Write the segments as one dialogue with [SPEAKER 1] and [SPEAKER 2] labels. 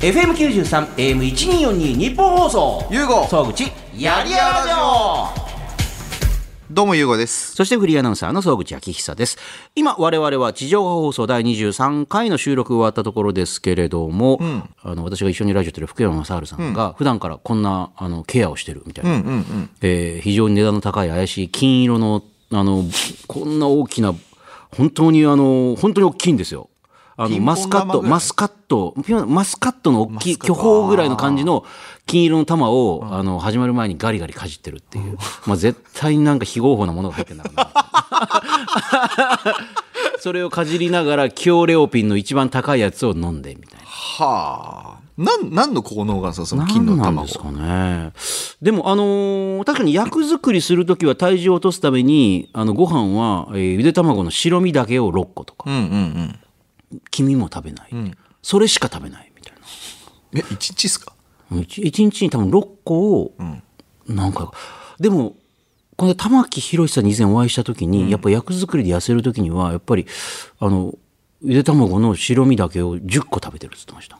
[SPEAKER 1] FM93、AM1242 日本放送。
[SPEAKER 2] ゆうご
[SPEAKER 1] 総口、やりやらじょ
[SPEAKER 2] どうもゆうごです
[SPEAKER 1] そしてフリーアナウンサーの総口昭久です。今、我々は地上波放送第23回の収録終わったところですけれども、あの私が一緒にラジオやってる福山雅治さんが、普段からこんなあのケアをしてるみたいな、えー非常に値段の高い怪しい金色の、あの、こんな大きな、本当にあの、本当に大きいんですよ。あ
[SPEAKER 2] ピ
[SPEAKER 1] の
[SPEAKER 2] ンポン
[SPEAKER 1] マスカッ
[SPEAKER 2] 玉
[SPEAKER 1] ト、
[SPEAKER 2] ぐらい
[SPEAKER 1] マスカット、ピョンマスカットの大きい
[SPEAKER 2] マスカット
[SPEAKER 1] 巨峰ぐらいの感じの金色の玉を、あの、始まる前にガリガリかじってるっていう。まあ、絶対になんか非合法なものが入ってんだろうな。 それをかじりながら、キオレオピンの一番高いやつを飲んで、みたいな。
[SPEAKER 2] はあなん何の効能がさその金の
[SPEAKER 1] 何なん
[SPEAKER 2] 卵
[SPEAKER 1] ですかね。でも、あのー確かに役作りするときは体重を落とすために、あの、ご飯は、えーゆで卵の白身だけを6個とか、
[SPEAKER 2] うんうんうん
[SPEAKER 1] 黄身も食べない。それしか食べない、みたいな。
[SPEAKER 2] え一日っすか
[SPEAKER 1] 一一日に多分6個を、なんかでもこの玉木宏さんに以前お会いした時に、やっぱ役作りで痩せる時にはやっぱりあのゆで卵の白身だけを10個食べてるって言ってま した。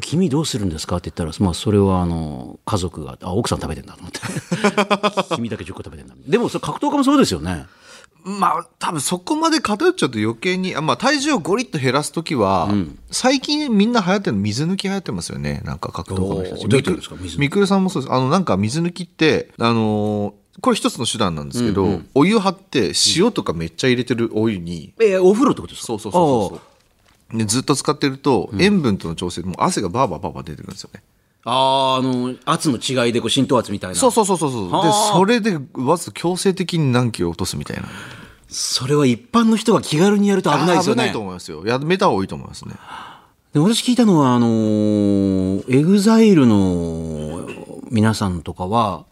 [SPEAKER 1] 君どうするんですかって言ったら、まあ、それはあの家族があ奥さん食べてんだと思 って君だけ10個食べてんだでもそれ格闘家もそうですよね
[SPEAKER 2] まあ多分そこまで偏っちゃうと余計にあ、まあ、体重をゴリッと減らす時は、最近みんな流行ってるの水抜き流行ってますよねなんか格闘家の人たち
[SPEAKER 1] おーどうやってやるんですか水抜き
[SPEAKER 2] みくるさんもそうですあのなんか水抜きってあのーこれ一つの手段なんですけど、お湯張って塩とかめっちゃ入れてるお湯に、
[SPEAKER 1] えーお風呂ってことですか
[SPEAKER 2] そうそうそうそうそうでずっと使ってると塩分との調整でもう汗がバーバーバーバー出てくるんですよね、
[SPEAKER 1] あーあの圧の違いでこう浸透圧みたいな
[SPEAKER 2] そうそうそうそうそうでそれでわず強制的に何キロ落とすみたいな
[SPEAKER 1] それは一般の人が気軽にやると危ないですよね
[SPEAKER 2] あー危ないと思いますよやめた方がいいと思いますね
[SPEAKER 1] で私聞いたのはあのエグザイルの皆さんとかは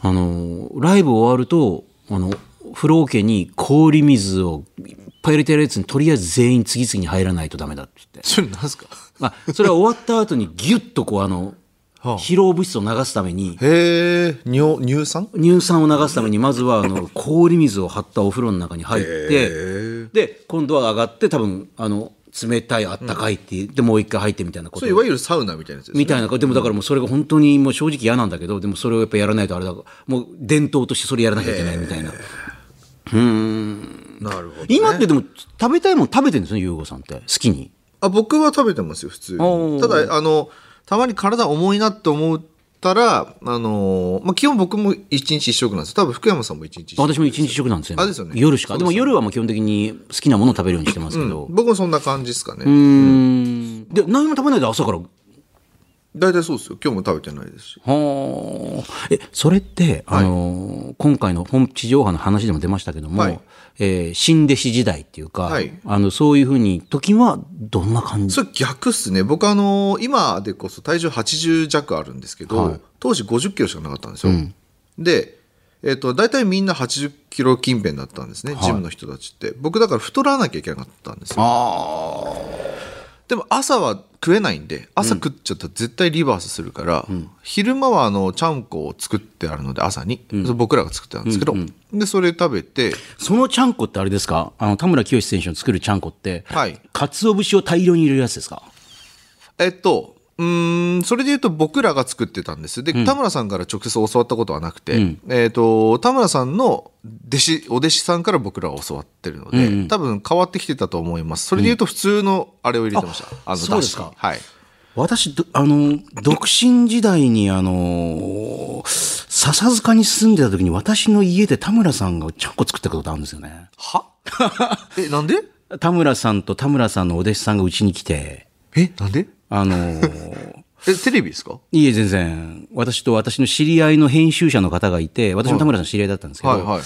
[SPEAKER 1] あのーライブ終わるとあの風呂桶に氷水をいっぱい入れてるやつにとりあえず全員次々に入らないとダメだって言って、
[SPEAKER 2] それなんですか
[SPEAKER 1] まあ、それは終わった後に ギュッとこうあの
[SPEAKER 2] はあ
[SPEAKER 1] 疲労物質を流すために
[SPEAKER 2] へえ尿乳酸
[SPEAKER 1] 乳酸を流すためにまずはあの氷水を張ったお風呂の中に入って、で今度は上がって多分あの冷たいあったかいって、でもう一回入ってみたいなこと
[SPEAKER 2] そ
[SPEAKER 1] を
[SPEAKER 2] れいわゆるサウナみたいなやつですね
[SPEAKER 1] みたいなでもだからもうそれが本当にもう正直嫌なんだけどでもそれをやっぱやらないとあれだもう伝統としてそれやらなきゃいけないみたいな、
[SPEAKER 2] なるほどね
[SPEAKER 1] 今ってでも食べたいもん食べてるんですね優吾さんって好きに
[SPEAKER 2] あ僕は食べてますよ普通
[SPEAKER 1] おー
[SPEAKER 2] にただあのたまに体重いなって思ったらあのーまあ、基本僕も一日一食なんですよ多分福山さんも一日一食
[SPEAKER 1] 私も一日食なんですよ、
[SPEAKER 2] あですよね
[SPEAKER 1] 夜しかでも夜はもう基本的に好きなものを食べるようにしてますけど、
[SPEAKER 2] 僕もそんな感じですかね、
[SPEAKER 1] うーんで何も食べないで朝からは
[SPEAKER 2] 大体そうですよ今日も食べてないですし
[SPEAKER 1] あえそれって、あのー今回の本地上波の話でも出ましたけども、
[SPEAKER 2] はい
[SPEAKER 1] えー新弟子時代っていうか、
[SPEAKER 2] はい
[SPEAKER 1] あのそういうふうに時はどんな感じ
[SPEAKER 2] それ逆っすね僕あの今でこそ体重80弱あるんですけど、当時50キロしかなかったんですよ、で、えっと大体みんな80キロ近辺だったんですね、ジムの人たちって僕だから太らなきゃいけなかったんですよでも朝は食えないんで朝食っちゃったら絶対リバースするから、昼間はあのちゃんこを作ってあるので朝に、それ僕らが作ってたんですけど、でそれ食べ て
[SPEAKER 1] そのちゃんこってあれですかあの田村清選手の作るちゃんこって、
[SPEAKER 2] はい
[SPEAKER 1] 鰹節を大量に入れるやつですか
[SPEAKER 2] えっと、うーん、それで言うと僕らが作ってたんです。で、田村さんから直接教わったことはなくて、えっと、田村さんの弟子、お弟子さんから僕らは教わってるので、多分変わってきてたと思います。それで言うと普通のあれを入れてました。あの、
[SPEAKER 1] そうで
[SPEAKER 2] 出
[SPEAKER 1] す
[SPEAKER 2] 汁
[SPEAKER 1] か
[SPEAKER 2] はい。
[SPEAKER 1] 私どあの独身時代にあの笹塚に住んでた時に私の家で田村さんがちゃんこ作ったことあるんですよね
[SPEAKER 2] は え、なんで
[SPEAKER 1] 田村さんと田村さんのお弟子さんがうちに来て
[SPEAKER 2] え、なんで
[SPEAKER 1] あ の
[SPEAKER 2] え、テレビですか
[SPEAKER 1] いえ全然私と私の知り合いの編集者の方がいて私も田村さんの知り合いだったんですけど、
[SPEAKER 2] はいはい。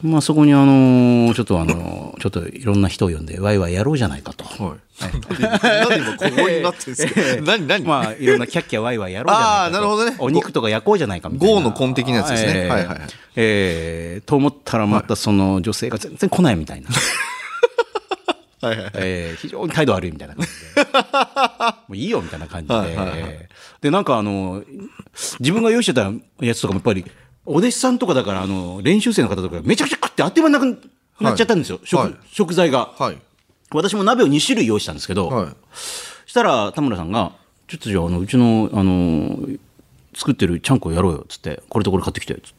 [SPEAKER 1] まあ、そこにあのちょっとあのちょっといろんな人を呼んでワイワイやろうじゃないかと。
[SPEAKER 2] はい。なんで今ここになってるんですか、 何何
[SPEAKER 1] まあ、いろんなキャッキャワイワイやろうじゃないかと。
[SPEAKER 2] あーなるほどね
[SPEAKER 1] お肉とか焼こうじゃないかみたいな。
[SPEAKER 2] 豪の根的なやつですね
[SPEAKER 1] えー
[SPEAKER 2] はいはいはい
[SPEAKER 1] えーと思ったらまたその女性が全然来ないみたいな。
[SPEAKER 2] はいはいはい。
[SPEAKER 1] えー非常に態度悪いみたいな感じで。もういいよみたいな感じで。
[SPEAKER 2] はいはいは
[SPEAKER 1] で、なんかあの、自分が用意してたやつとかもやっぱり、お弟子さんとかだから、あの、練習生の方とかめちゃくちゃ食ってあっという間になくなっちゃったんですよ。食
[SPEAKER 2] はい
[SPEAKER 1] 食材が。
[SPEAKER 2] はい。
[SPEAKER 1] 私も鍋を2種類用意したんですけど、
[SPEAKER 2] はい。
[SPEAKER 1] したら田村さんが「ちょっとじゃああのうちのあの作ってるちゃんこやろうよ」っつって「これとこれ買ってきて」っつっ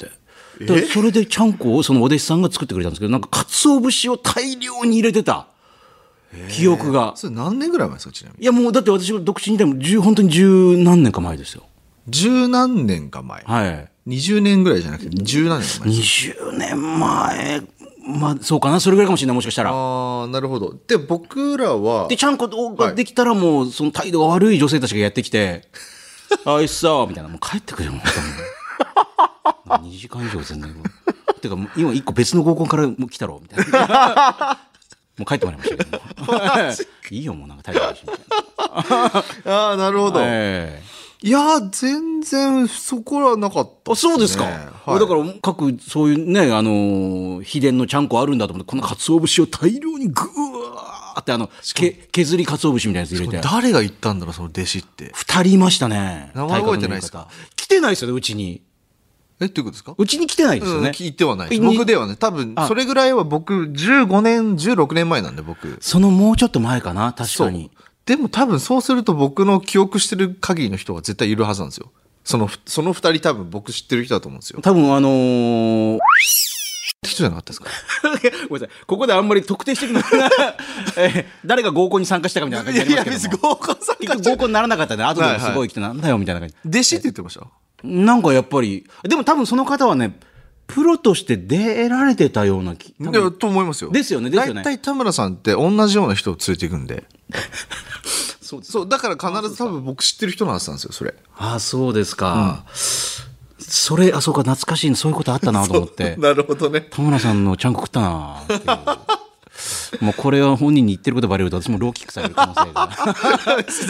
[SPEAKER 1] て。でそれでちゃんこをそのお弟子さんが作ってくれたんですけどなんか鰹節を大量に入れてた記憶が
[SPEAKER 2] それ何年ぐらい前ですかちなみに
[SPEAKER 1] いやもうだって私が独身でも十本当に十何年か前ですよ
[SPEAKER 2] 十何年か前、
[SPEAKER 1] はい
[SPEAKER 2] 20年ぐらいじゃなくて十何年か前
[SPEAKER 1] 20年前まあそうかなそれぐらいかもしれないもしかしたら
[SPEAKER 2] ああなるほどで僕らは
[SPEAKER 1] でちゃんこができたらもうその態度が悪い女性たちがやってきて 「あいっさ」みたいなもう帰ってくるよもう2 時間以上全然てかもう今一個別の合コンからもう来たろみたいな もう帰ってもらいましたけどもいいよもうなんか態度悪いしみたいな
[SPEAKER 2] ああなるほど、
[SPEAKER 1] ええ
[SPEAKER 2] いやー全然そこらはなかった
[SPEAKER 1] あそうですか、
[SPEAKER 2] はい
[SPEAKER 1] だから各そういうねあのー秘伝のちゃんこあるんだと思ってこの鰹節を大量にぐわーってあのけ削り鰹節みたいなやつ入れて
[SPEAKER 2] 誰が言ったんだろうその弟子って
[SPEAKER 1] 二人いましたね
[SPEAKER 2] 名前覚えてないです
[SPEAKER 1] 体
[SPEAKER 2] か
[SPEAKER 1] 格の方来てないですよねうちに
[SPEAKER 2] えっていうことですか
[SPEAKER 1] うちに来てないですよ
[SPEAKER 2] うん、
[SPEAKER 1] ね、
[SPEAKER 2] 聞いてはないです
[SPEAKER 1] に
[SPEAKER 2] 僕ではね多分
[SPEAKER 1] あ
[SPEAKER 2] それぐらいは僕15年16年前なんで僕
[SPEAKER 1] そのもうちょっと前かな確かに
[SPEAKER 2] でも多分そうすると僕の記憶してる限りの人は絶対いるはずなんですよそのふその二人多分僕知ってる人だと思うんですよ
[SPEAKER 1] 多分あのー
[SPEAKER 2] 人じゃなかったですか
[SPEAKER 1] ごめんなさいここであんまり特定してくるの え誰が合コンに参加したかみたいな感じになりますけども
[SPEAKER 2] 合コン参
[SPEAKER 1] 結局合コンにならなかったんで後
[SPEAKER 2] は
[SPEAKER 1] で
[SPEAKER 2] い
[SPEAKER 1] も
[SPEAKER 2] はい
[SPEAKER 1] すごい来てなんだよみたいな感じ
[SPEAKER 2] 弟子って言ってました
[SPEAKER 1] なんかやっぱり、でも多分その方はね、プロとして出られてたような気、多
[SPEAKER 2] い
[SPEAKER 1] 分
[SPEAKER 2] やと思いますよ
[SPEAKER 1] ですよねですよね
[SPEAKER 2] 大体田村さんって同じような人を連れていくんで
[SPEAKER 1] そうです。
[SPEAKER 2] そうだから必ず多分僕知ってる人のはずなんですよそれ
[SPEAKER 1] ああ、そうですか。それ、あ、そうか、懐かしいなそういうことあった なと思って。
[SPEAKER 2] なるほどね
[SPEAKER 1] 田村さんのちゃんこ食ったなっていう。もうこれは本人に言ってることバレると私もローキックされる可能性が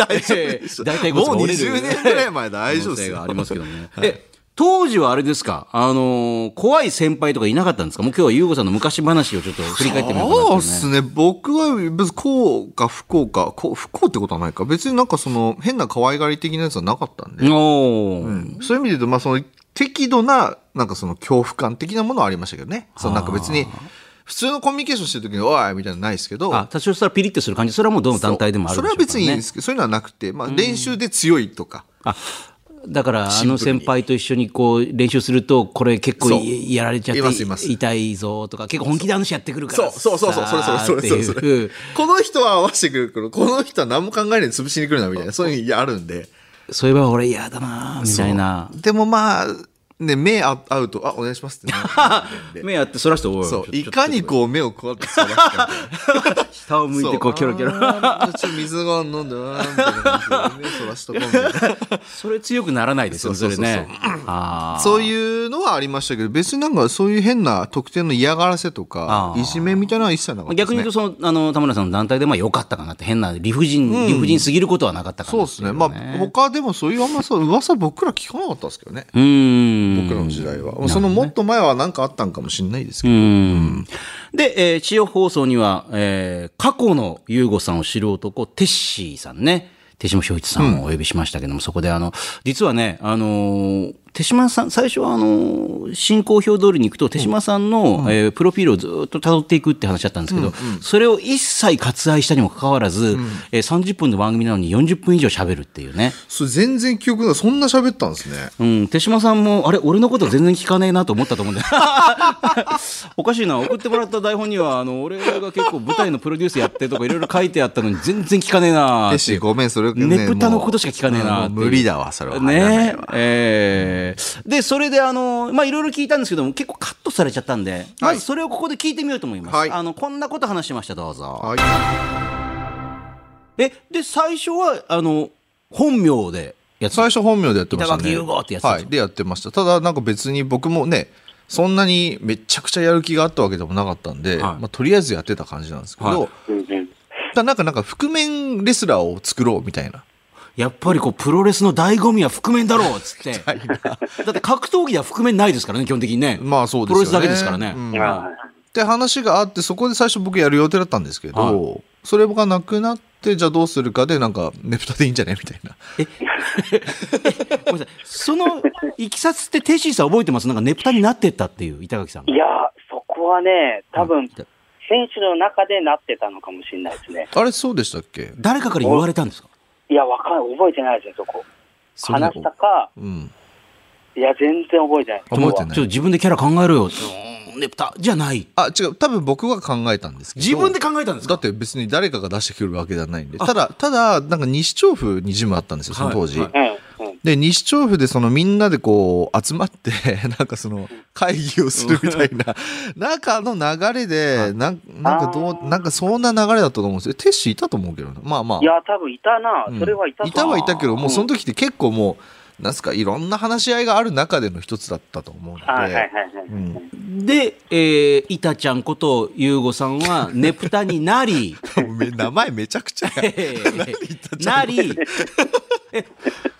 [SPEAKER 2] 大丈夫でしょ
[SPEAKER 1] 大体骨が
[SPEAKER 2] もう
[SPEAKER 1] 折れる
[SPEAKER 2] 20年ぐらい前 大丈夫
[SPEAKER 1] 可能性
[SPEAKER 2] ですよ
[SPEAKER 1] がありますけどね、え当時はあれですかあのー怖い先輩とかいなかったんですかもう今日は優子さんの昔話をちょっと振り返ってみようかなと
[SPEAKER 2] そう
[SPEAKER 1] 思
[SPEAKER 2] っ
[SPEAKER 1] ってね
[SPEAKER 2] すね僕は別にこうか不幸かこう不幸ってことはないか別になんかその変な可愛がり的なやつはなかったんで、
[SPEAKER 1] おー
[SPEAKER 2] そういう意味で言うとまあその適度ななんかその恐怖感的なものはありましたけどねそのなんか別に普通のコミュニケーションしてる時に「おい!」みたいなのないですけど
[SPEAKER 1] あ多少したらピリッとする感じそれはもうどの団体でもある
[SPEAKER 2] そ
[SPEAKER 1] で
[SPEAKER 2] れ
[SPEAKER 1] しょ
[SPEAKER 2] は
[SPEAKER 1] うから、ね、
[SPEAKER 2] 別にいいんですけどそういうのはなくて、まあ、練習で強いとか、
[SPEAKER 1] あだからあ
[SPEAKER 2] シンプル
[SPEAKER 1] の
[SPEAKER 2] に
[SPEAKER 1] 先輩と一緒にこう練習するとこれ結構
[SPEAKER 2] そう
[SPEAKER 1] いやられちゃって
[SPEAKER 2] いますいます
[SPEAKER 1] 痛いぞとか結構本気であの人やってくるからさ
[SPEAKER 2] そ
[SPEAKER 1] っていう
[SPEAKER 2] れこの人は合わせてくるけどこの人は何も考えないで潰しに来るなみたいなそういうのあるんで
[SPEAKER 1] そういえば俺嫌だなみたいな
[SPEAKER 2] でもまあね目あ合うと「あお願いします」ってなるんで
[SPEAKER 1] 目やってそらしておい
[SPEAKER 2] そうい
[SPEAKER 1] ちょ
[SPEAKER 2] かにこう目をこうやってそらして
[SPEAKER 1] 下を向いてこうキョロキョロ
[SPEAKER 2] ロちょっと水が飲んでなみたいな感じで目そらしとこうみたいな
[SPEAKER 1] それ強くならないですよね
[SPEAKER 2] そ
[SPEAKER 1] そうれ
[SPEAKER 2] そうそうそう
[SPEAKER 1] ねあー
[SPEAKER 2] そういうのはありましたけど別になんかそういう変な特定の嫌がらせとか
[SPEAKER 1] あー
[SPEAKER 2] いじめみたいなのは一切なかったで
[SPEAKER 1] 逆
[SPEAKER 2] す
[SPEAKER 1] に
[SPEAKER 2] ね
[SPEAKER 1] 言うとそのあの田村さんの団体でまあ良かったかなって変な理不尽、理不尽すぎることはなかったか
[SPEAKER 2] そう
[SPEAKER 1] なっ
[SPEAKER 2] で
[SPEAKER 1] てい
[SPEAKER 2] すね。まあ、他でもそういうあんまさ、噂僕ら聞かなかったですけどね。
[SPEAKER 1] うーん
[SPEAKER 2] 僕らの時代は。そのもっと前は何かあったんかもしれないですけ
[SPEAKER 1] う
[SPEAKER 2] ど。
[SPEAKER 1] んで、えー、地方放送には、えー過去の優吾さんを知る男、テッシーさんね、手島正一さんをお呼びしましたけども、そこであの、実はね、あのー手島さん、最初はあのー進行表通りに行くと、手島さんの、えープロフィールをずっと辿っていくって話だったんですけど、それを一切割愛したにもかかわらず、えー30分の番組なのに40分以上喋るっていうね。
[SPEAKER 2] それ全然記憶が、そんな喋ったんですね。
[SPEAKER 1] うん、手島さんも、あれ、俺のこと全然聞かねえなと思ったと思うんだよ。 おかしいな、送ってもらった台本には、あの、俺が結構舞台のプロデュースやってとかいろいろ書いてあったのに全然聞かねえな
[SPEAKER 2] よ。し、ごめん、それね
[SPEAKER 1] ねぷたのことしか聞かねえ
[SPEAKER 2] も
[SPEAKER 1] な
[SPEAKER 2] う無理だわ、それは。
[SPEAKER 1] ねえーで、それであの、まあ、いろいろ聞いたんですけども、結構カットされちゃったんで、まずそれをここで聞いてみようと思います。
[SPEAKER 2] はい
[SPEAKER 1] あの、こんなこと話してました、どうぞ。
[SPEAKER 2] はい。
[SPEAKER 1] え、で、最初は、あの、本名でやってた
[SPEAKER 2] 最初本名でやってましたね。
[SPEAKER 1] 板垣優吾ってやつ
[SPEAKER 2] はい、でやってました。ただ、なんか別に僕もね、そんなにめちゃくちゃやる気があったわけでもなかったんで、
[SPEAKER 1] はい
[SPEAKER 2] まあ、とりあえずやってた感じなんですけど、
[SPEAKER 1] はい
[SPEAKER 2] ただなんか、なんか覆面レスラーを作ろうみたいな。
[SPEAKER 1] やっぱりこう、プロレスの醍醐味は覆面だろうっつ って。だって格闘技では覆面ないですからね、基本的にね。
[SPEAKER 2] まあそうですよね。
[SPEAKER 1] プロレスだけですからね。
[SPEAKER 2] うん
[SPEAKER 3] は
[SPEAKER 2] って話があってそこで最初僕やる予定だったんですけど、それがなくなってじゃあどうするかでなんかねぷたでいいんじゃねみたいな
[SPEAKER 1] ごめんなさい。その、いきさつって、テシーさん覚えてますなんか、ネプタになってったっていう、板垣さん
[SPEAKER 3] い、
[SPEAKER 1] が
[SPEAKER 3] い。やー、そこはね、多分
[SPEAKER 1] うん
[SPEAKER 3] 選手の中でなってたのかもしれないですね。
[SPEAKER 2] あれそうでしたっけ
[SPEAKER 1] 誰かから言われたんですか
[SPEAKER 3] いや、わかんない。覚えてないですよ、そこ。
[SPEAKER 1] それ
[SPEAKER 3] 話したか、
[SPEAKER 2] うん。
[SPEAKER 3] いや、全然覚えてな
[SPEAKER 2] 覚え
[SPEAKER 3] い。
[SPEAKER 2] て
[SPEAKER 1] ちょ
[SPEAKER 2] な
[SPEAKER 1] っ
[SPEAKER 2] い
[SPEAKER 1] と自分でキャラ考えろよ。うーんねぷたじゃない。
[SPEAKER 2] あ、違う。多分僕が考えたんですけど。
[SPEAKER 1] 自分で考えたんです
[SPEAKER 2] だ
[SPEAKER 1] か
[SPEAKER 2] って別に誰かが出してくるわけではないんで。ただ、ただ、なんか西調布にジムあったんですよ、その当時。
[SPEAKER 1] はいは
[SPEAKER 3] うん、うん。
[SPEAKER 2] で、西調布でそのみんなでこう集まって、 なんかその会議をするみたい な、中の流れで、なんなんかど
[SPEAKER 3] あー
[SPEAKER 2] う、なんかそんな流れだったと思うんですよ。テッシーいたと思うけどな。まあまあ。
[SPEAKER 3] いや、多分いたな
[SPEAKER 2] う。ん
[SPEAKER 3] それはいたと
[SPEAKER 2] いた
[SPEAKER 3] 思う
[SPEAKER 2] はいたけど、もうその時って結構もう、なんすか、いろんな話し合いがある中での一つだったと思うので。
[SPEAKER 3] あはいはいはい。
[SPEAKER 2] うん
[SPEAKER 1] で、えー、イタちゃんことユーゴさん はネプタにな り、
[SPEAKER 2] お めえ名前めちゃく ちゃや。
[SPEAKER 1] なり、え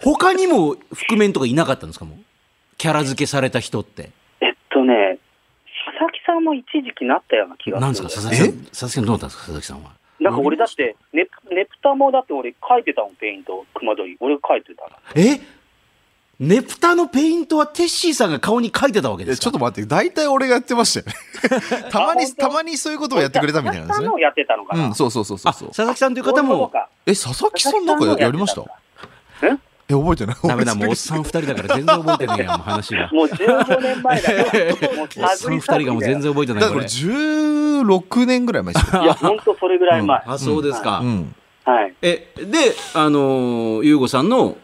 [SPEAKER 1] 他にも覆面とかいなかったんですかもうキャラ付けされた人って。
[SPEAKER 3] えっとね、佐々木さんも一時期なったような気が
[SPEAKER 1] なんです
[SPEAKER 3] する。
[SPEAKER 1] か佐々木さん。佐々木さんどうだったんですか佐々木さんは。
[SPEAKER 3] なんか俺だって、ネプネプタもだって俺書いてたもん、ペイント、熊取り。俺書いてたな。
[SPEAKER 1] えネプタのペイントはテッシーさんが顔に書いてたわけで
[SPEAKER 2] え
[SPEAKER 1] す
[SPEAKER 2] ちょ
[SPEAKER 1] か
[SPEAKER 2] っと待って、大体俺がやってましたよ ね。たま
[SPEAKER 3] あ
[SPEAKER 2] に、
[SPEAKER 3] 本当
[SPEAKER 2] たまにそういうことをやってくれたみたいなんです
[SPEAKER 3] 佐
[SPEAKER 2] ね
[SPEAKER 3] 々木さんの。をやってたのか
[SPEAKER 2] う
[SPEAKER 3] な。
[SPEAKER 2] ん、そうそうそうそ
[SPEAKER 1] あ
[SPEAKER 2] うそう。
[SPEAKER 1] 佐々木さんという方
[SPEAKER 3] そういうこと
[SPEAKER 1] も
[SPEAKER 3] か
[SPEAKER 2] え、佐々木さんなんかややりました
[SPEAKER 3] え
[SPEAKER 2] え、覚えてない
[SPEAKER 1] ダメだもうおっ
[SPEAKER 2] 覚
[SPEAKER 1] さん二人だから全然覚えてないやもう話が。
[SPEAKER 3] もう15年前だから、もう
[SPEAKER 1] おっさん二人がもう全然覚えてない
[SPEAKER 2] えてないだから
[SPEAKER 1] こ
[SPEAKER 2] こ
[SPEAKER 1] れ
[SPEAKER 2] れ。16年ぐらい前ですよ
[SPEAKER 3] いや、ほんとそれぐらい前。
[SPEAKER 1] あ そうですか。
[SPEAKER 2] うん。
[SPEAKER 3] はい。
[SPEAKER 1] えであのー、ゆうごさんの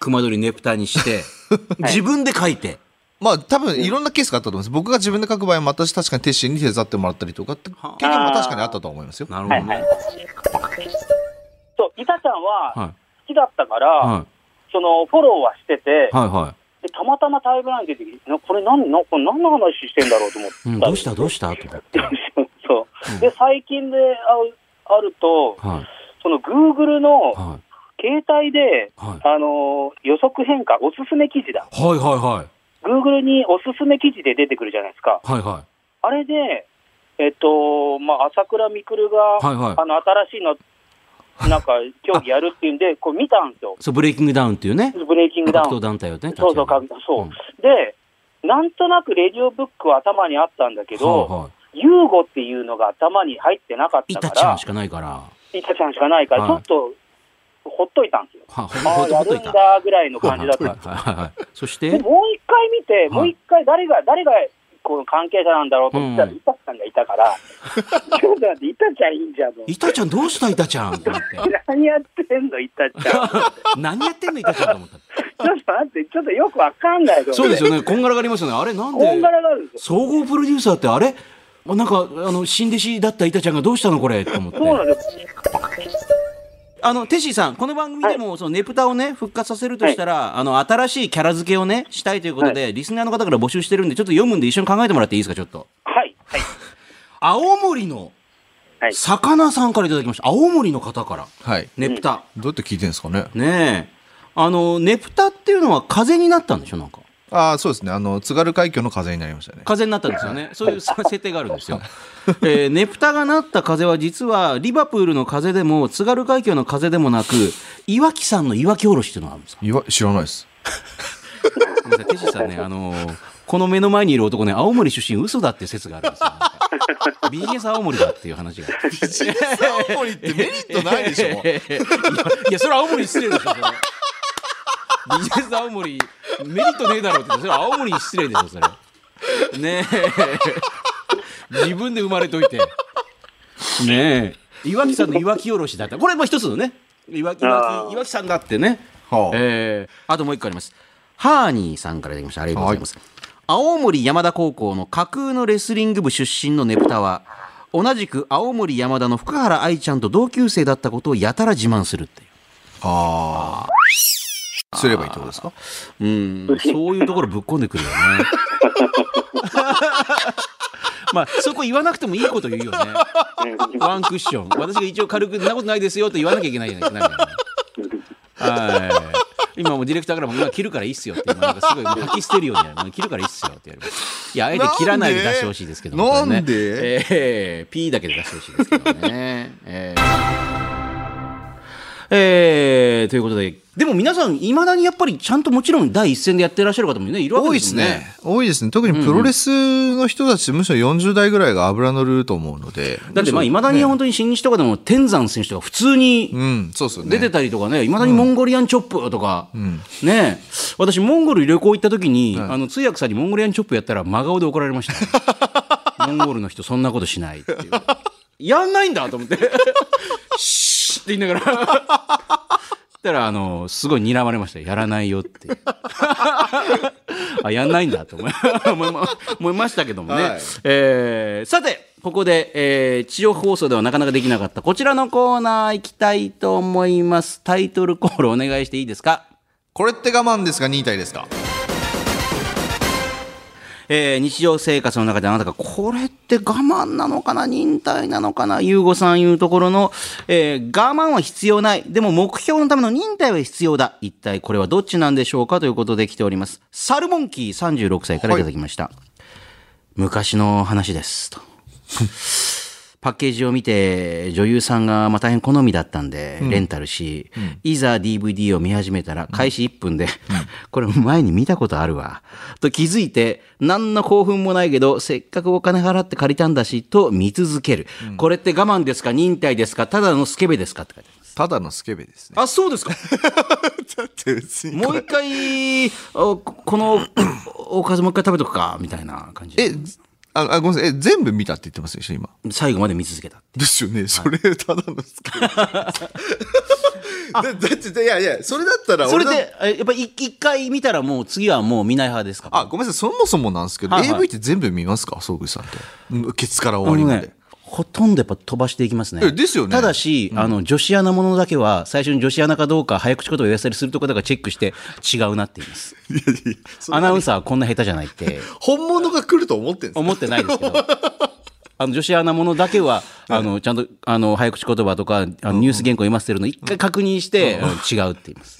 [SPEAKER 1] 熊取ネプタにして、
[SPEAKER 3] はい
[SPEAKER 1] 自分で書いて
[SPEAKER 2] まあ多分いろんなケースがあったと思います。僕が自分で書く場合も私確かに鉄心に手伝ってもらったりとかって経験も確かにあったと思いますよ。
[SPEAKER 1] なるほど
[SPEAKER 3] はい
[SPEAKER 1] ね、
[SPEAKER 3] はい。そう、イタちゃんは
[SPEAKER 1] はい
[SPEAKER 3] 好きだったから、
[SPEAKER 1] はい
[SPEAKER 3] そのフォローはしてて、
[SPEAKER 1] はいは
[SPEAKER 3] でたまたまタイムライン出てきて、なこれ何のこれ何の話してんだろうと思って
[SPEAKER 1] い、うん、どうしたどうしたと思って、
[SPEAKER 3] そう。で、最近でああると、
[SPEAKER 1] はい
[SPEAKER 3] その Google の
[SPEAKER 1] はい
[SPEAKER 3] 携帯で、
[SPEAKER 1] はい
[SPEAKER 3] あのー予測変化、おすすめ記事だ。
[SPEAKER 1] はいはい
[SPEAKER 3] Google におすすめ記事で出てくるじゃないですか。
[SPEAKER 1] はいは
[SPEAKER 3] あれで、えっと、まあ、朝倉未来が、
[SPEAKER 1] はいはい
[SPEAKER 3] あの、新しいの、なんか、競技やるっていう んで、こう見たんですよ
[SPEAKER 1] い。そうブレイキングダウンっていうね
[SPEAKER 3] ブレイキングダウ
[SPEAKER 1] 格闘
[SPEAKER 3] ン。
[SPEAKER 1] 団体をね
[SPEAKER 3] そうそう、か
[SPEAKER 1] 立ち
[SPEAKER 3] そう、
[SPEAKER 1] うん
[SPEAKER 3] で、なんとなくレディオブックは頭にあったんだけ
[SPEAKER 1] 上げはい
[SPEAKER 3] ど、
[SPEAKER 1] は
[SPEAKER 3] ユーゴっていうのが頭に入ってなかっ
[SPEAKER 1] いイ
[SPEAKER 3] た
[SPEAKER 1] タ
[SPEAKER 3] か
[SPEAKER 1] ちゃん
[SPEAKER 3] ら
[SPEAKER 1] し、かないからは
[SPEAKER 3] イタちゃんしかないから、
[SPEAKER 1] はい
[SPEAKER 3] ちょっと、ほっといたんですよ。
[SPEAKER 1] ほ
[SPEAKER 3] あ
[SPEAKER 1] ほ
[SPEAKER 3] あ、
[SPEAKER 1] っとほ
[SPEAKER 3] や
[SPEAKER 1] っと
[SPEAKER 3] る
[SPEAKER 1] い
[SPEAKER 3] ん
[SPEAKER 1] た
[SPEAKER 3] だぐらいの感じだっ
[SPEAKER 1] はい
[SPEAKER 3] た。
[SPEAKER 1] はいはいはいそし
[SPEAKER 3] で
[SPEAKER 1] て
[SPEAKER 3] もう一回見て、
[SPEAKER 1] い
[SPEAKER 3] もう一回誰が、誰が、この関係者なんだろうと思ったら、
[SPEAKER 1] うん
[SPEAKER 3] イタちゃんがい たから、ちょっと待って、イタちゃんいいんじゃん、もう。
[SPEAKER 1] イタちゃんどうしたイタちゃんと思って
[SPEAKER 3] 何やってんの、イタ ちゃん。ちょっ
[SPEAKER 1] 何やってんのイタちゃんと思った
[SPEAKER 3] と待って、ちょっとよくわかんないと思
[SPEAKER 1] そうですよねこんがらがりますよねあれなんで
[SPEAKER 3] こんがらがるんですよ。
[SPEAKER 1] 総合プロデューサーってあれあなんかあの新弟子だったイタちゃんがどうしたのこれと思って
[SPEAKER 3] そうなんですよ。
[SPEAKER 1] あのテシーさんこの番組でも、そのネプタをね復活させるとしたら、あの新しいキャラ付けをねしたいということで、リスナーの方から募集してるんでちょっと読むんで一緒に考えてもらっていいですかちょっと
[SPEAKER 3] はい、はい、
[SPEAKER 1] 青森の
[SPEAKER 3] はい。
[SPEAKER 1] 魚さんからいただきました青森の方から
[SPEAKER 2] はい。
[SPEAKER 1] ネプタ、
[SPEAKER 2] どうやって聞いてるんですかね。
[SPEAKER 1] ねえあのネプタっていうのは風になったんでしょなんか
[SPEAKER 2] ああ、そうですね。あの、津軽海峡の風になりましたね。
[SPEAKER 1] 風になったんですよ ね。そういうさ設定があるんですよ。えーネプタがなった風は実はリバプールの風でも津軽海峡の風でもなく岩木山の岩木おろしっていうのがあるんですか
[SPEAKER 2] いわ知らないです。
[SPEAKER 1] ごめんなさい、テシさんね、あのーこの目の前にいる男ね、青森出身嘘だっていう説があるんですよ。BS 青森だっていう話が。
[SPEAKER 2] 青森ってメリットないでし
[SPEAKER 1] い
[SPEAKER 2] ょ
[SPEAKER 1] や、いやそれは青森失礼でしょ、それ。BS 青森、メリットねえだろうって、それは青森失礼でしょ、それ。ねえ。自分で生まれといて。ねえ。岩木さんの岩木おろしだった。これも一つのね。岩木、岩木、岩木さんだってね。
[SPEAKER 2] はあ
[SPEAKER 1] えーあともう一個あります。ハーニーさんからいただきました。ありがとうございます。青森山田高校の架空のレスリング部出身のねぷたは、同じく青森山田の福原愛ちゃんと同級生だったことをやたら自慢するっていう。
[SPEAKER 2] ああ。すればいいってことですか
[SPEAKER 1] うん、そういうところぶっ込んでくるよね。まあ、そこ言わなくてもいいこと言うよね。ワンクッション。私が一応軽く、そんなことないですよと言わなきゃいけないじゃないですかなんかね。はい。今もうディレクターからも、今切るからいいっすよって、今なんかすごいもう吐き捨てるようになるもう切るからいいっすよって言われる。いや、あえて切らないで出してほしいですけども
[SPEAKER 2] なんで
[SPEAKER 1] これねえー、P だけで出してほしいですけどね。えーえーえーということで、でも皆さん、いまだにやっぱりちゃんともちろん第一線でやってらっしゃる方もね、いるわけ
[SPEAKER 2] 多
[SPEAKER 1] で
[SPEAKER 2] いですす
[SPEAKER 1] もんね。
[SPEAKER 2] ね。多いですね。特にプロレスの人たち、むしろ40代ぐらいが油乗ると思うので。
[SPEAKER 1] だってまあ、いまだに本当に新日とかでも天山選手とか普通
[SPEAKER 2] う
[SPEAKER 1] に
[SPEAKER 2] ん、そうですよね。
[SPEAKER 1] 出てたりとかね、いまだにモンゴリアンチョップとか、ねえ私、モンゴル旅行行った時に、あの通訳さんにモンゴリアンチョップやったら真顔で怒られました。 モンゴルの人そんなことしないっていう。 やんないんだと思って、 シーって言いながら。ったら、あの、すごい睨まれましたよやらないよって。 あ、やんないんだと思い思いま思いましたけどもね。
[SPEAKER 2] はい
[SPEAKER 1] えーさて、ここで、えー地上波放送ではなかなかできなかった、こちらのコーナー行きたいと思います。タイトルコールお願いしていいですか
[SPEAKER 2] これって我慢ですか、忍耐ですか。
[SPEAKER 1] えー日常生活の中であなたがこれって我慢なのかな忍耐なのかな優吾さんいうところの、えー我慢は必要ないでも目標のための忍耐は必要だ一体これはどっちなんでしょうかということで来ておりますサルモンキー36歳からいただきました、昔の話ですとパッケージを見て女優さんがまあ大変好みだったんでレンタルし、いざ DVD を見始めたら開始1分で、これ前に見たことあるわと気づいて何の興奮もないけどせっかくお金払って借りたんだしと見続ける、これって我慢ですか忍耐ですかただのスケベですかって書いてあります
[SPEAKER 2] ただのスケベですね。
[SPEAKER 1] あそうですか
[SPEAKER 2] だって別に
[SPEAKER 1] もう一回おこのおおかずもう一回食べとくかみたいな感じで
[SPEAKER 2] え、ああごめんなさい。え、全部見たって言ってますでしょ、今。
[SPEAKER 1] 最後まで見続けた
[SPEAKER 2] ですよね。それ、ただのス ケベ。だだって、いやいや、それだったら
[SPEAKER 1] そ
[SPEAKER 2] 俺
[SPEAKER 1] れ
[SPEAKER 2] だ、
[SPEAKER 1] で、えやっぱり一一回見たらもう次はもう見ない派ですか
[SPEAKER 2] あ、ごめんなさい。そもそもなんですけど、
[SPEAKER 1] はいはい
[SPEAKER 2] AV って全部見ますか総口さんってうん。ケツから終
[SPEAKER 1] あ
[SPEAKER 2] わり
[SPEAKER 1] の
[SPEAKER 2] まで
[SPEAKER 1] ね。、ほとんどやっぱ飛ばしていきますね。
[SPEAKER 2] えですよね
[SPEAKER 1] ただし、あの、女子アナものだけは、最初に女子アナかどうか、早口言葉を言わせたりするとこだからチェックして、違うなって言います。アナウンサーはこんな下手じゃないって、
[SPEAKER 2] 本物が来ると思ってんですか
[SPEAKER 1] 思ってないですけど。あの女子アナものだけは、あの、ちゃんと、あの、早口言葉とか、あのニュース原稿読ませてるの、一回確認して、うん違うって言います。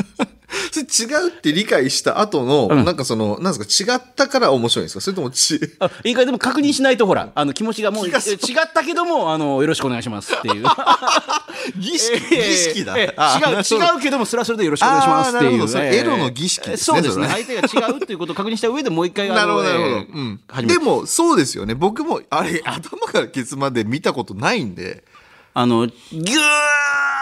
[SPEAKER 2] それ違うって理解した後の、なんかその、なんですか、違ったから面白いんですかそれと もち、
[SPEAKER 1] あいいかでも確認しないと、ほら、あの、気持ちがもう、違
[SPEAKER 2] がす
[SPEAKER 1] ったけども、あの、よろしくお願いしますっていう。
[SPEAKER 2] 儀
[SPEAKER 1] え
[SPEAKER 2] 式、
[SPEAKER 1] え
[SPEAKER 2] 儀式だ。
[SPEAKER 1] ええ
[SPEAKER 2] あ
[SPEAKER 1] 違う、
[SPEAKER 2] そう
[SPEAKER 1] 違うけども、それはそれでよろしくお願いしますって
[SPEAKER 2] あーないるほど
[SPEAKER 1] う。
[SPEAKER 2] それ
[SPEAKER 1] ええ
[SPEAKER 2] エロの儀式ですね
[SPEAKER 1] そうですね。
[SPEAKER 2] そ
[SPEAKER 1] 相手が違うということを確認した上でもう一回、あの
[SPEAKER 2] なるほど、なるほど。
[SPEAKER 1] ええ
[SPEAKER 2] うん
[SPEAKER 1] 始め
[SPEAKER 2] で
[SPEAKER 1] る
[SPEAKER 2] も、そうですよね。僕も、あれ、頭からケツまで見たことないんで。
[SPEAKER 1] あの、ぎゅー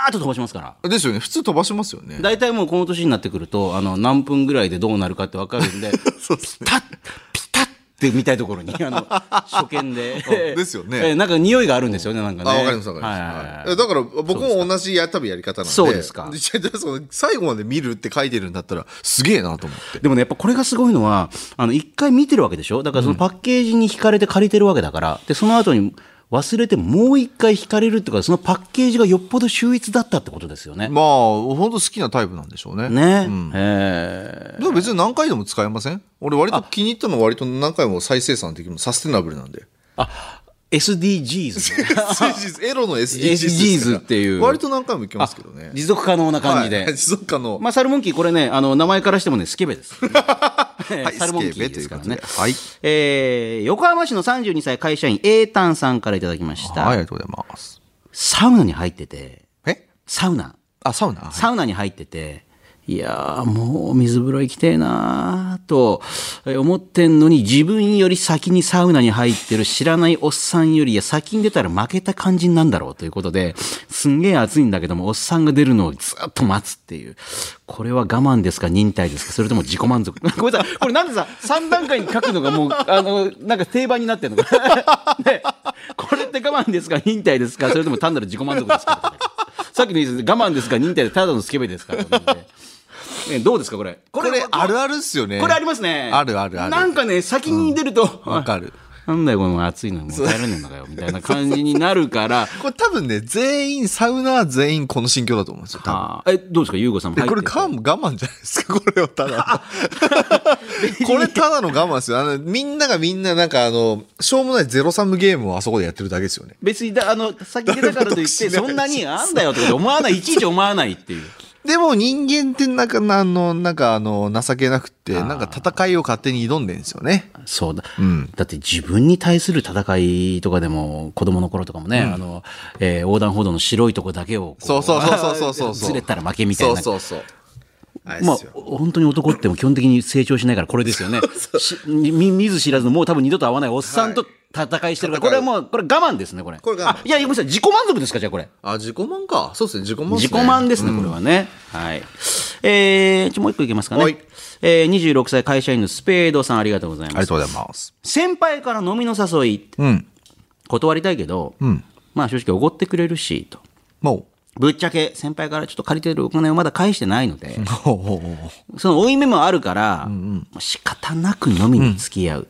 [SPEAKER 1] っと飛ばしますから。
[SPEAKER 2] ですよね。普通飛ばしますよね。
[SPEAKER 1] 大体もうこの年になってくると、あの、何分ぐらいでどうなるかってわかるんで、
[SPEAKER 2] そうですね。
[SPEAKER 1] タッ、ピタッって見たいところに、あの、初見 で。
[SPEAKER 2] うんですよね
[SPEAKER 1] ええなんか匂いがあるんですよね、なんかね。
[SPEAKER 2] あ、わかります、わかります
[SPEAKER 1] はいはいはい
[SPEAKER 2] はい。だから、僕も同じや、多分やり方なんで。
[SPEAKER 1] そうです か
[SPEAKER 2] いやだからその最後まで見るって書いてるんだったら、すげえなと思って。
[SPEAKER 1] でもね、やっぱこれがすごいのは、あの、一回見てるわけでしょだからそのパッケージに惹かれて借りてるわけだから、で、その後に忘れてもう一回惹かれるってことは、そのパッケージがよっぽど秀逸だったってことですよね。
[SPEAKER 2] まあ、本当好きなタイプなんでしょうね。
[SPEAKER 1] ね、え
[SPEAKER 2] でも別に何回でも使えません俺割と気に入ったの割と何回も再生産できるサステナブルなんで。
[SPEAKER 1] ー SDGs ね。
[SPEAKER 2] エロの SDGs ですか
[SPEAKER 1] SDGs
[SPEAKER 2] ら
[SPEAKER 1] っていう
[SPEAKER 2] 割と何回もいけますけどね。
[SPEAKER 1] 持続可能な感じで。
[SPEAKER 2] はい 持続可能。
[SPEAKER 1] まあ、サルモンキー、これね、あの、名前からしてもね、スケベです。
[SPEAKER 2] はい
[SPEAKER 1] サルモンキーですからね
[SPEAKER 2] スケベということではい
[SPEAKER 1] えー横浜市の32歳会社員、A タンさんからいただきました。
[SPEAKER 2] はい、ありがとうございます。
[SPEAKER 1] サウナに入ってて、
[SPEAKER 2] え
[SPEAKER 1] サウナ。
[SPEAKER 2] あ、サウナ、はい
[SPEAKER 1] サウナに入ってて、いやーもう水風呂行きてえなーと思ってんのに自分より先にサウナに入ってる知らないおっさんよりいや先に出たら負けた感じになんだろうということですんげえ暑いんだけどもおっさんが出るのをずっと待つっていうこれは我慢ですか忍耐ですかそれとも自己満足 ごめんなさいこれなんでさ3段階に書くのがもうあのなんか定番になってるのか、 ね、これって我慢ですか忍耐ですかそれとも単なる自己満足ですか さっきの言いです我慢ですか忍耐でただのスケベですから、ね、どうですかこれこ
[SPEAKER 2] これあるあるっすよね。
[SPEAKER 1] これありますね
[SPEAKER 2] あるあるある
[SPEAKER 1] なんかね先に出ると、
[SPEAKER 2] わかる。
[SPEAKER 1] なんだよこの暑いのにもう帰れねえのかよみたいな感じになるから
[SPEAKER 2] これ多分ね、全員、サウナー全員この心境だと思うんですよ。多分
[SPEAKER 1] あーえどうですか優吾さんも
[SPEAKER 2] で
[SPEAKER 1] 入っ
[SPEAKER 2] こ
[SPEAKER 1] て
[SPEAKER 2] れ我慢我慢じゃないですかこれはただ のこれただの我慢ですよあのみんながみんななんかあのしょうもないゼロサムゲームをあそこでやってるだけですよね
[SPEAKER 1] 別にだあの先出たからといって
[SPEAKER 2] 誰
[SPEAKER 1] そ
[SPEAKER 2] も得しない
[SPEAKER 1] んなにあんだよとかって思わないいちいち思わないっていう
[SPEAKER 2] でも人間ってなんか、あの、なんかあの、情けなくて、なんか戦いを勝手に挑んでんですよね。
[SPEAKER 1] そうだ、
[SPEAKER 2] うん
[SPEAKER 1] だって自分に対する戦いとかでも子供の頃とかもね、あのえー横断歩道の白いとこだけをこ
[SPEAKER 2] そうそうそうそうそうそ う。
[SPEAKER 1] ずれたら負けみたいな
[SPEAKER 2] そうそうそう。あれで
[SPEAKER 1] まあ
[SPEAKER 2] すよ。、
[SPEAKER 1] 本当に男っても基本的に成長しないからこれですよ ね。し見見ず知らずのもう多分二度と会わないおっさんと戦いしてるから、これはもう、これ我慢ですね、これ。
[SPEAKER 2] これ我慢
[SPEAKER 1] あいや、ごめんなさい、自己満足ですか、じゃあこれ。
[SPEAKER 2] あ、自己満か。そうですね、自己満、
[SPEAKER 1] 自己満です
[SPEAKER 2] ね。
[SPEAKER 1] ね、これはね。はい。えー、ちょ、もう一個いけますかね。
[SPEAKER 2] はい
[SPEAKER 1] えー、26歳会社員のスペードさん、ありがとうござい
[SPEAKER 2] あり
[SPEAKER 1] ま
[SPEAKER 2] が
[SPEAKER 1] す。
[SPEAKER 2] とうございます。
[SPEAKER 1] 先輩から飲みの誘い、
[SPEAKER 2] うん。
[SPEAKER 1] 断りたいけど、
[SPEAKER 2] ん
[SPEAKER 1] まあ正直おごってくれるし、と。
[SPEAKER 2] も
[SPEAKER 1] ぶっちゃけ先輩からちょっと借りてるお金をまだ返してないので
[SPEAKER 2] う。、ほうほうほう
[SPEAKER 1] その負い目もあるから、もう仕方なく飲みに付き合う。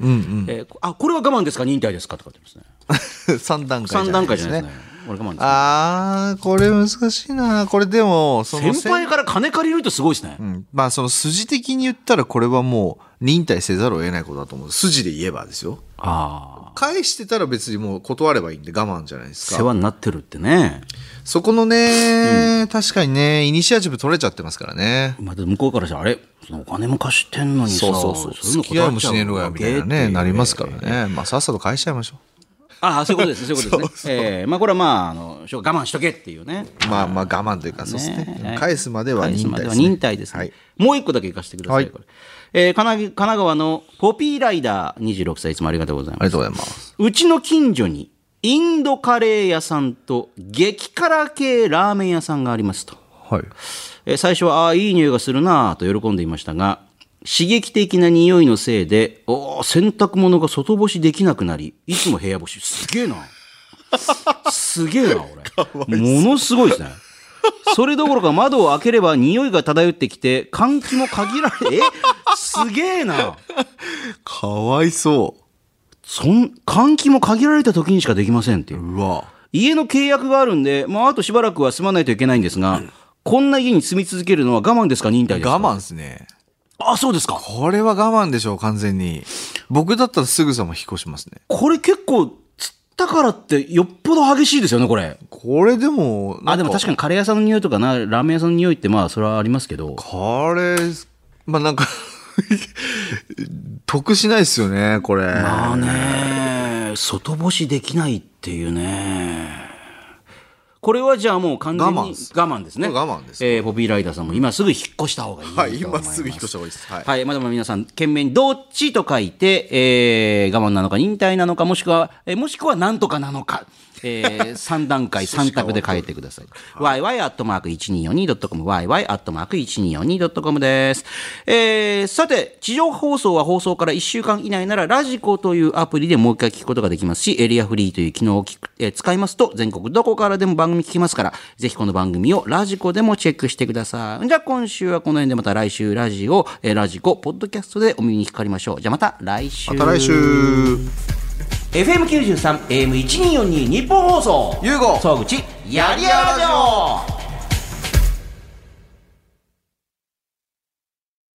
[SPEAKER 1] えーあ、これは我慢ですか忍耐ですかとかってますね。
[SPEAKER 2] 3段階
[SPEAKER 1] 3段階じゃないです
[SPEAKER 2] ね。
[SPEAKER 1] ね。俺我慢ですか
[SPEAKER 2] あー、これ難しいな。これでも、その
[SPEAKER 1] 先輩から金借りるってすごいですね
[SPEAKER 2] う。んまあその筋的に言ったらこれはもう忍耐せざるを得ないことだと思う筋で言えばですよ
[SPEAKER 1] ああ。
[SPEAKER 2] 返してたら別にもう断ればいいんで我慢じゃないです
[SPEAKER 1] 世
[SPEAKER 2] か
[SPEAKER 1] 話になってるってね。
[SPEAKER 2] そこのね、確かにねイニシアチブ取れちゃってますからね
[SPEAKER 1] まあ、向こうからしたら、あれそのお金も貸してんのにさ、
[SPEAKER 2] そうそうそう
[SPEAKER 1] いの
[SPEAKER 2] 付き合いもしねえのやみたいな
[SPEAKER 1] 断っちゃうわ
[SPEAKER 2] ね
[SPEAKER 1] け
[SPEAKER 2] なりますからねまあさっさと返しちゃいましょ
[SPEAKER 1] ああ、そういうことですね、そういうこと ですね。ええまあ、これはまあ、あの、しょう我慢しとけっていうね。
[SPEAKER 2] うまあまあ我慢というかそうですね
[SPEAKER 1] はい
[SPEAKER 2] 返すまでは忍耐
[SPEAKER 1] 返ま
[SPEAKER 2] ですす
[SPEAKER 1] で
[SPEAKER 2] ね
[SPEAKER 1] は忍耐ですね
[SPEAKER 2] はい
[SPEAKER 1] もう一個だけ行かせてください、
[SPEAKER 2] はい
[SPEAKER 1] これえー神奈神奈川のポピーライダー26歳いつもありがとうござい
[SPEAKER 2] あり
[SPEAKER 1] ます
[SPEAKER 2] がとうございます
[SPEAKER 1] うちの近所にインドカレー屋さんと激辛系ラーメン屋さんがありますと、
[SPEAKER 2] はい
[SPEAKER 1] えー最初はああいい匂いがするなあと喜んでいましたが刺激的な匂いのせいでおー洗濯物が外干しできなくなりいつも部屋干しすげえなすげえな俺ものすごいですねそれどころか窓を開ければ匂いが漂ってきて換気も限られえすげえな
[SPEAKER 2] かわいそ
[SPEAKER 1] そん換気も限られた時にしかできませんっていう
[SPEAKER 2] ううわ
[SPEAKER 1] 家の契約があるんで、まあ、あとしばらくは住まないといけないんですが、こんな家に住み続けるのは我慢ですか忍耐ですか
[SPEAKER 2] 我慢ですね
[SPEAKER 1] あそうですか
[SPEAKER 2] これは我慢でしょう完全に僕だったらすぐさま引っ越しますね
[SPEAKER 1] これ結構釣ったからってよっぽど激しいですよねこれ
[SPEAKER 2] これでも
[SPEAKER 1] あでも確かにカレー屋さんの匂いとかなラーメン屋さんの匂いってまあそれはありますけど
[SPEAKER 2] カレーまあなんか 得しないですよねこれ
[SPEAKER 1] まあね外干しできないっていうねこれはじゃあもう完全に
[SPEAKER 2] 我
[SPEAKER 1] 我
[SPEAKER 2] 慢です
[SPEAKER 1] 慢ですね
[SPEAKER 2] これ我慢です
[SPEAKER 1] えーポピーライダーさんも今すぐ引っ越した方がいいと
[SPEAKER 2] は
[SPEAKER 1] 思い
[SPEAKER 2] い
[SPEAKER 1] ます、
[SPEAKER 2] 今すぐ引っ越した方がいいですはい、
[SPEAKER 1] はい、まだまだ皆さん、懸命にどっちと書いて、えー我慢なのか忍耐なのか、もしくは、えーもしくはなんとかなのか、え3 段階、3択で書いてください。yy.1242.com、yy.1242.com です。えーさて、地上放送は放送から1週間以内なら、ラジコというアプリでもう一回聞くことができますし、エリアフリーという機能を聞く、えー使いますと、全国どこからでも番組聞きますから、ぜひこの番組をラジコでもチェックしてください。じゃあ今週はこの辺でまた来週ラジオ、えーラジコ、ポッドキャストでお耳にかかりましょう。じゃあまた来週。
[SPEAKER 2] また来週
[SPEAKER 1] FM93、AM1242 日本放送。
[SPEAKER 2] ゆうご
[SPEAKER 1] 総口、やりやろう